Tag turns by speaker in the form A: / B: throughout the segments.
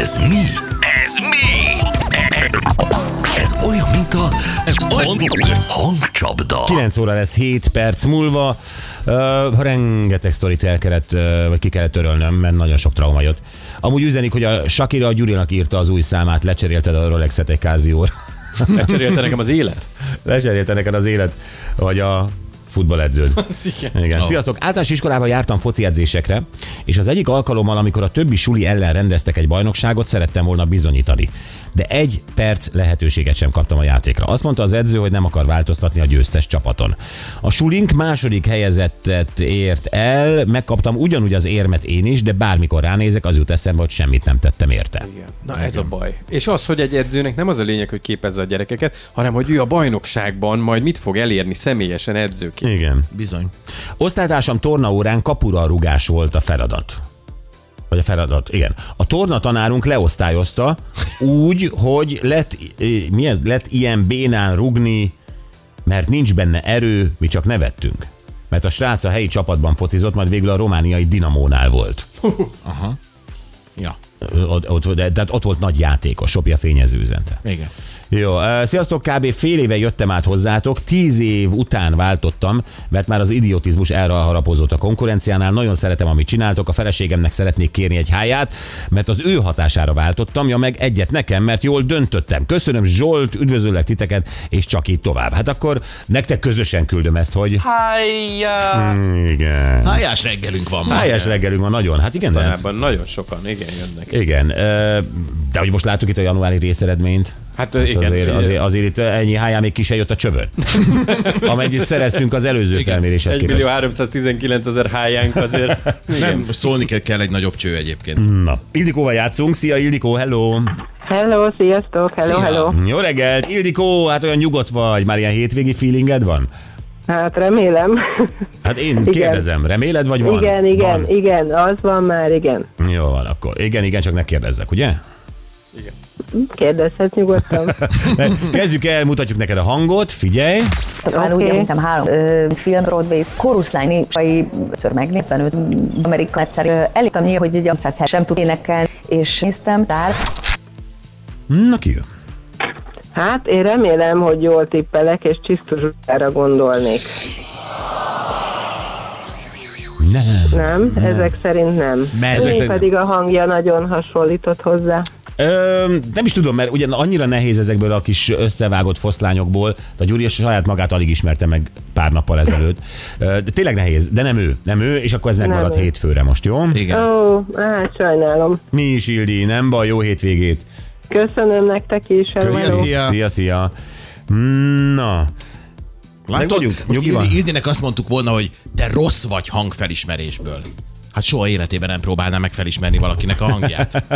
A: Ez mi?
B: Ez mi?
A: Ez olyan, mint a hangcsapda.
C: 9 óra lesz 7 perc múlva. Uh, rengeteg sztorit el kellett, uh, vagy ki kellett törölnöm, mert nagyon sok trauma jött. Amúgy üzenik, hogy a Shakira a Gyurinak írta az új számát, lecserélted a Rolexet egy kázióra.
D: Megcserélte nekem az élet?
C: Lecserélte neked az élet, vagy a futballedződ. Igen. Sziasztok! Általános iskolában jártam foci edzésekre, és az egyik alkalommal, amikor a többi suli ellen rendeztek egy bajnokságot, szerettem volna bizonyítani. De egy perc lehetőséget sem kaptam a játékra. Azt mondta az edző, hogy nem akar változtatni a győztes csapaton. A sulink második helyezettet ért el, megkaptam ugyanúgy az érmet én is, de bármikor ránézek, az jut eszembe, hogy semmit nem tettem érte.
D: Igen. Na ez a baj. És az, hogy egy edzőnek nem az a lényeg, hogy képezze a gyerekeket, hanem hogy ő a bajnokságban majd mit fog elérni személyesen edzőként.
C: Igen.
A: Bizony.
C: Osztálytársam tornaórán kapura rugás volt a feladat. Vagy a feladat, igen. A torna tanárunk leosztályozta úgy, hogy lett, eh, mi ez, lett ilyen bénán rugni, mert nincs benne erő, mi csak nevettünk. Mert a srác a helyi csapatban focizott, majd végül a romániai Dinamónál volt.
A: Ja,
C: Ö, Ott, ott, de, tehát ott volt nagy játékos, Sopja fényező üzente.
A: igen.
C: Jó, ö, sziasztok, kb. fél éve jöttem át hozzátok, tíz év után váltottam, mert már az idiotizmus erre harapozott a konkurenciánál. Nagyon szeretem, amit csináltok, a feleségemnek szeretnék kérni egy háját, mert az ő hatására váltottam, ja meg egyet nekem, mert jól döntöttem. Köszönöm Zsolt, üdvözöllek titeket, és csak így tovább. Hát akkor nektek közösen küldöm ezt, hogy... Hmm,
E: Hájjá!
C: Igen.
A: Hájás reggelünk van ma.
C: Hájás reggelünk van nagyon, hát igen, de...
D: Tanában nagyon sokan, igen, jönnek.
C: Igen, ö, de hogy most láttuk itt a januári részeredményt,
D: Hát, hát igen,
C: azért, azért, azért itt ennyi háján még ki se jött a csövön, amennyit szereztünk az előző Igen, felméréshez
D: 1
C: képest.
D: millió 319 ezer hájánk azért. Igen.
A: Nem, szólni kell, kell egy nagyobb cső egyébként.
C: Na, Ildikóval játszunk. Szia Ildikó, hello!
F: Hello, sziasztok, hello,
A: Szia.
F: hello.
C: Jó reggelt! Ildikó, hát olyan nyugodt vagy, már ilyen hétvégi feelinged van?
F: Hát remélem.
C: Hát én igen. kérdezem, reméled vagy van?
F: igen, igen,
C: Van.
F: igen, az van már, igen.
C: Jó van akkor. Igen, igen, csak ne kérdezzek, ugye?
F: Kérdezhet nyugodtan.
C: Kezdjük el, mutatjuk neked a hangot, figyelj!
G: Már
F: Oké.
G: úgy említem három ö, film, Broadway, Koruszlányi, Sai, ször megnépven őt, Amerika egyszer. Ö, Elítem nyilván, hogy egy 100 sem tud énekelni, és néztem, tár,
C: Na ki jön?
F: Hát én remélem, hogy jól tippelek, és csisztus utára gondolnék.
C: Nem.
F: Nem? Ezek szerint nem.
A: Mert-
F: Én
A: ezek szerint-
F: pedig a hangja nagyon hasonlított hozzá.
C: Ö, nem is tudom, mert ugyan annyira nehéz ezekből a kis összevágott foszlányokból, de a Gyuri saját magát alig ismerte meg pár nappal ezelőtt. Ö, De tényleg nehéz, de nem ő, nem ő, és akkor ez megmarad
F: ő.
C: hétfőre most, jó?
F: Ó,
A: Igen.
F: hát sajnálom.
C: Mi is, Ildi, nem baj, jó hétvégét.
F: Köszönöm nektek is,
A: Köszönöm.
F: hello.
A: Szia.
C: Szia, szia. Mm, Na, meg
A: Látod,
C: vagyunk,
A: most
C: nyugi van.
A: Ildi, Ildinek azt mondtuk volna, hogy te rossz vagy hangfelismerésből. Hát soha életében nem próbálná meg felismerni valakinek a hangját.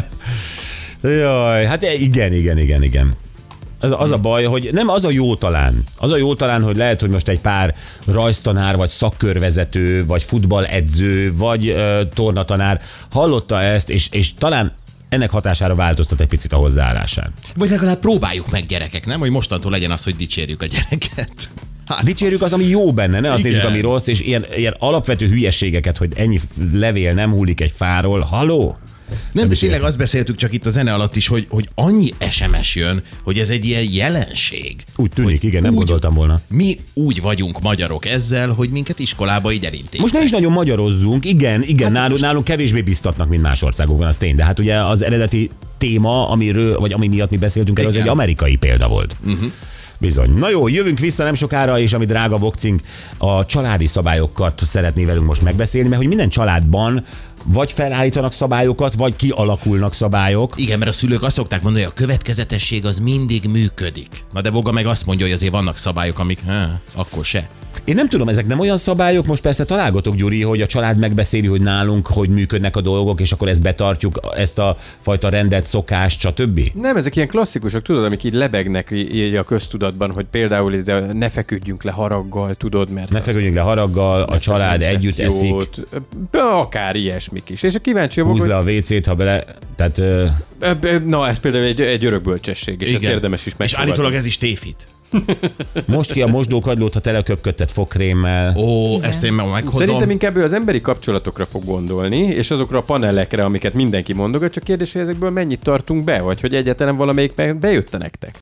C: jaj, hát igen, igen, igen, igen. Az, az a baj, hogy nem az a jó talán. Az a jó talán, hogy lehet, hogy most egy pár rajztanár, vagy szakkörvezető, vagy futballedző, vagy ö, tornatanár hallotta ezt, és, és talán ennek hatására változtat egy picit a hozzáállásán.
A: Vagy legalább próbáljuk meg gyerekek, nem? Hogy mostantól legyen az, hogy dicsérjük a gyereket. Hát,
C: Dicsérjük az, ami jó benne, ne azt
A: Igen.
C: nézzük, ami rossz, és ilyen, ilyen alapvető hülyeségeket, hogy ennyi levél nem hullik egy fáról. Haló?
A: nem, de tényleg azt beszéltük csak itt a zene alatt is, hogy, hogy annyi SMS jön, hogy ez egy ilyen jelenség.
C: Úgy tűnik,
A: Hogy
C: igen, nem
A: úgy-
C: gondoltam volna.
A: Mi úgy vagyunk magyarok ezzel, hogy minket iskolába így elintéztek.
C: Most nem is nagyon magyarozzunk, igen, igen, hát nálunk, nálunk kevésbé biztatnak, mint más országokban, az tény. De hát ugye az eredeti téma, amiről, vagy ami miatt mi beszéltünk erről, az
A: Igen.
C: egy amerikai példa volt. Uh-huh. Bizony. Na jó, jövünk vissza nem sokára, és ami drága boxing, a családi szabályokat szeretné velünk most megbeszélni, mert hogy minden családban vagy felállítanak szabályokat, vagy kialakulnak szabályok.
A: Igen, mert a szülők azt szokták mondani, hogy a következetesség az mindig működik. Na de Voga meg azt mondja, hogy azért vannak szabályok, amik há, akkor se.
C: Én nem tudom, ezek nem olyan szabályok, most persze találgatok, Gyuri, hogy a család megbeszéli, hogy nálunk, hogy működnek a dolgok, és akkor ezt betartjuk, ezt a fajta rendet, szokást, stb.
D: Nem, ezek ilyen klasszikusok, tudod, amik így lebegnek í- így a köztudatban, hogy például ide ne feküdjünk le haraggal, tudod, mert...
C: Ne feküdjünk le haraggal, a család
D: nem tesz
C: együtt eszik,
D: jót. Ö, Akár ilyesmik is. És a kíváncsi vagyok,
C: húz
D: hogy
C: le a WC-t, ha bele... Tehát ö,
D: Ö, ö, Na, ez például egy, egy örök bölcsesség, és ezt
A: Igen.
D: érdemes is
A: És
D: megfogadni.
A: állítólag ez is téfit.
C: Most ki a mosdókagylót, ha teleköpködtet fogkrémmel.
A: Ó, ezt én meg- meghozom.
D: Szerintem inkább ő az emberi kapcsolatokra fog gondolni, és azokra a panelekre, amiket mindenki mondogat, csak kérdés, hogy ezekből mennyit tartunk be, vagy hogy egyáltalán valamelyik be- bejött nektek.